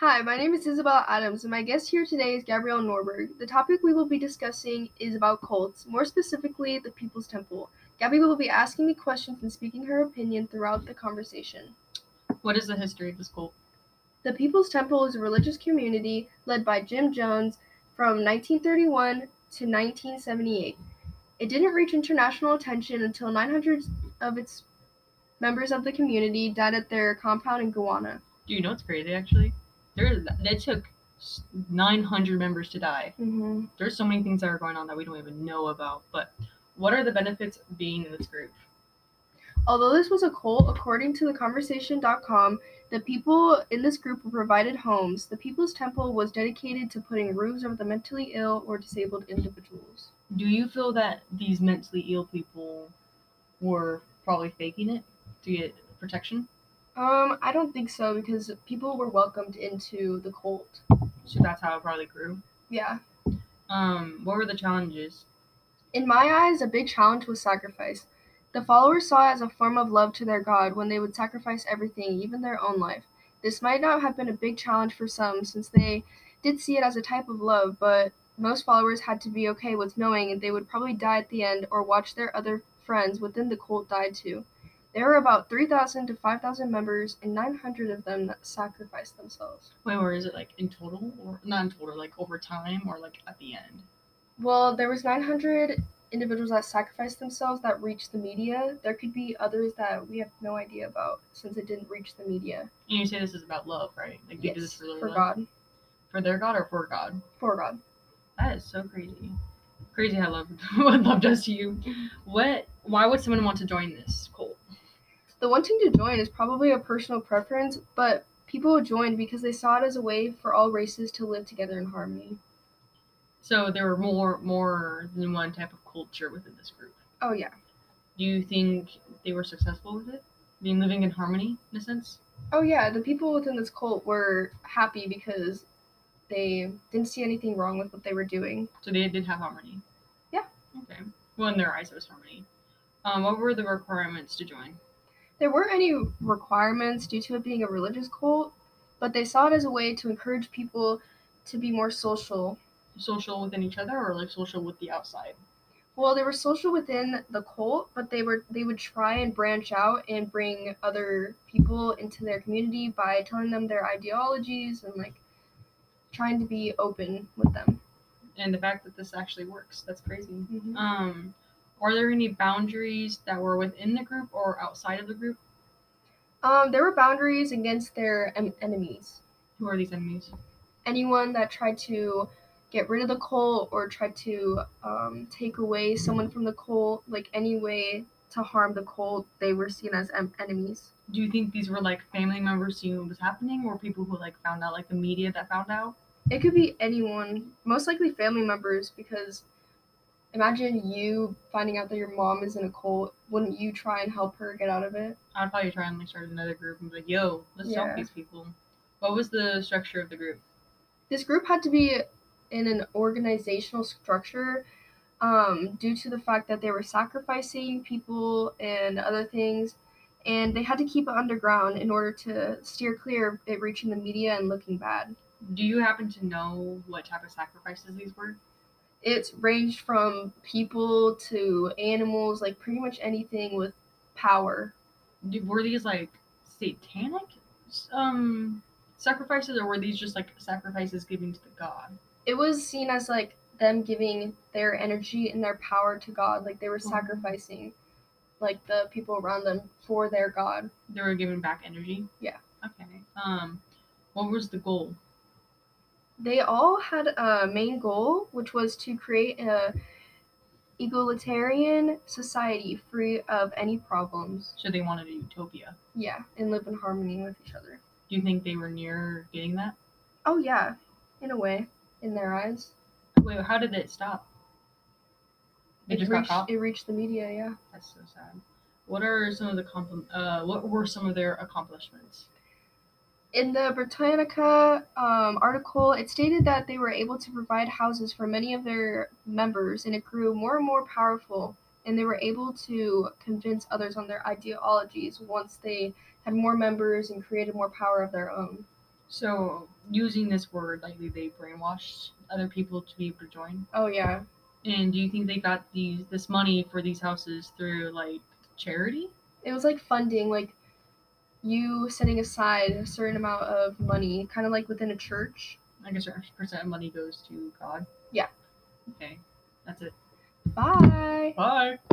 Hi, my name is Isabella Adams, and my guest here today is Gabrielle Norberg. The topic we will be discussing is about cults, more specifically, the People's Temple. Gabby will be asking me questions and speaking her opinion throughout the conversation. What is the history of this cult? The People's Temple is a religious community led by Jim Jones from 1931 to 1978. It didn't reach international attention until 900 of its members of the community died at their compound in Guyana. Do you know it's crazy actually? There, that took s- 900 members to die. Mm-hmm. There's so many things that are going on that we don't even know about. But what are the benefits of being in this group? Although this was a cult, according to theconversation.com, the people in this group were provided homes. The People's Temple was dedicated to putting roofs over the mentally ill or disabled individuals. Do you feel that these mentally ill people were probably faking it to get protection? Um, I don't think so because people were welcomed into the cult. So that's how it probably grew. Yeah. Um, what were the challenges? In my eyes, a big challenge was sacrifice. The followers saw it as a form of love to their God when they would sacrifice everything, even their own life. This might not have been a big challenge for some, since they did see it as a type of love, but most followers had to be okay with knowing that they would probably die at the end or watch their other friends within the cult die too. There were about 3,000 to 5,000 members, and 900 of them that sacrificed themselves. Wait, or is it like in total or not in total, like over time or like at the end? Well, there was 900 individuals that sacrificed themselves that reached the media. There could be others that we have no idea about since it didn't reach the media. And you say this is about love, right? Like they did this for, their for love? God. for their god or for God? For God. That is so crazy. Crazy how love what love does to you. What why would someone want to join this cult? The wanting to join is probably a personal preference, but people joined because they saw it as a way for all races to live together in harmony. So there were more more than one type of culture within this group. Oh, yeah. Do you think they were successful with it? Being living in harmony in a sense? Oh, yeah. The people within this cult were happy because they didn't see anything wrong with what they were doing. So they did have harmony. Yeah. Okay. Well in their eyes it was harmony. Um, what were the requirements to join? There weren't any requirements due to it being a religious cult, but they saw it as a way to encourage people to be more social. Social within each other or like social with the outside? Well, they were social within the cult, but they were they would try and branch out and bring other people into their community by telling them their ideologies and like trying to be open with them. And the fact that this actually works, that's crazy. Um, are there any boundaries that were within the group or outside of the group? Um, there were boundaries against their em- enemies. Who are these enemies? anyone that tried to get rid of the cult or tried to um, take away someone from the cult, like any way to harm the cult, they were seen as em- enemies. Do you think these were like family members who knew what was happening, or people who like found out, like the media that found out? It could be anyone, most likely family members, because imagine you finding out that your mom is in a cult. Wouldn't you try and help her get out of it? I'd probably try and like start another group and be like, "Yo, let's Yeah. help these people." What was the structure of the group? this group had to be in an organizational structure um, due to the fact that they were sacrificing people and other things and they had to keep it underground in order to steer clear of it reaching the media and looking bad Do you happen to know what type of sacrifices these were? it's ranged from people to animals like pretty much anything with power Do- Were these like satanic um sacrifices, or were these just like sacrifices given to the god? it was seen as like them giving their energy and their power to god like they were Mhm. sacrificing like the people around them for their god They were giving back energy. Yeah. Okay. Um, what was the goal? they all had a main goal which was to create a egalitarian society free of any problems So they wanted a utopia. yeah and live in harmony with each other Do you think they were near getting that? oh yeah in a way in their eyes Wait, how did it stop? They it just reached, got caught. it reached the media yeah That's so sad. What are some of the compl- uh, What were some of their accomplishments? in the britannica um, article it stated that they were able to provide houses for many of their members and it grew more and more powerful and they were able to convince others on their ideologies once they had more members and created more power of their own So using this word, like they- they brainwashed other people to be able to join. Oh yeah. And do you think they got these this money for these houses through like charity? It was like funding, like you setting aside a certain amount of money, kind of like within a church. Like a certain percent of money goes to God. Yeah. Okay, that's it. Bye. Bye.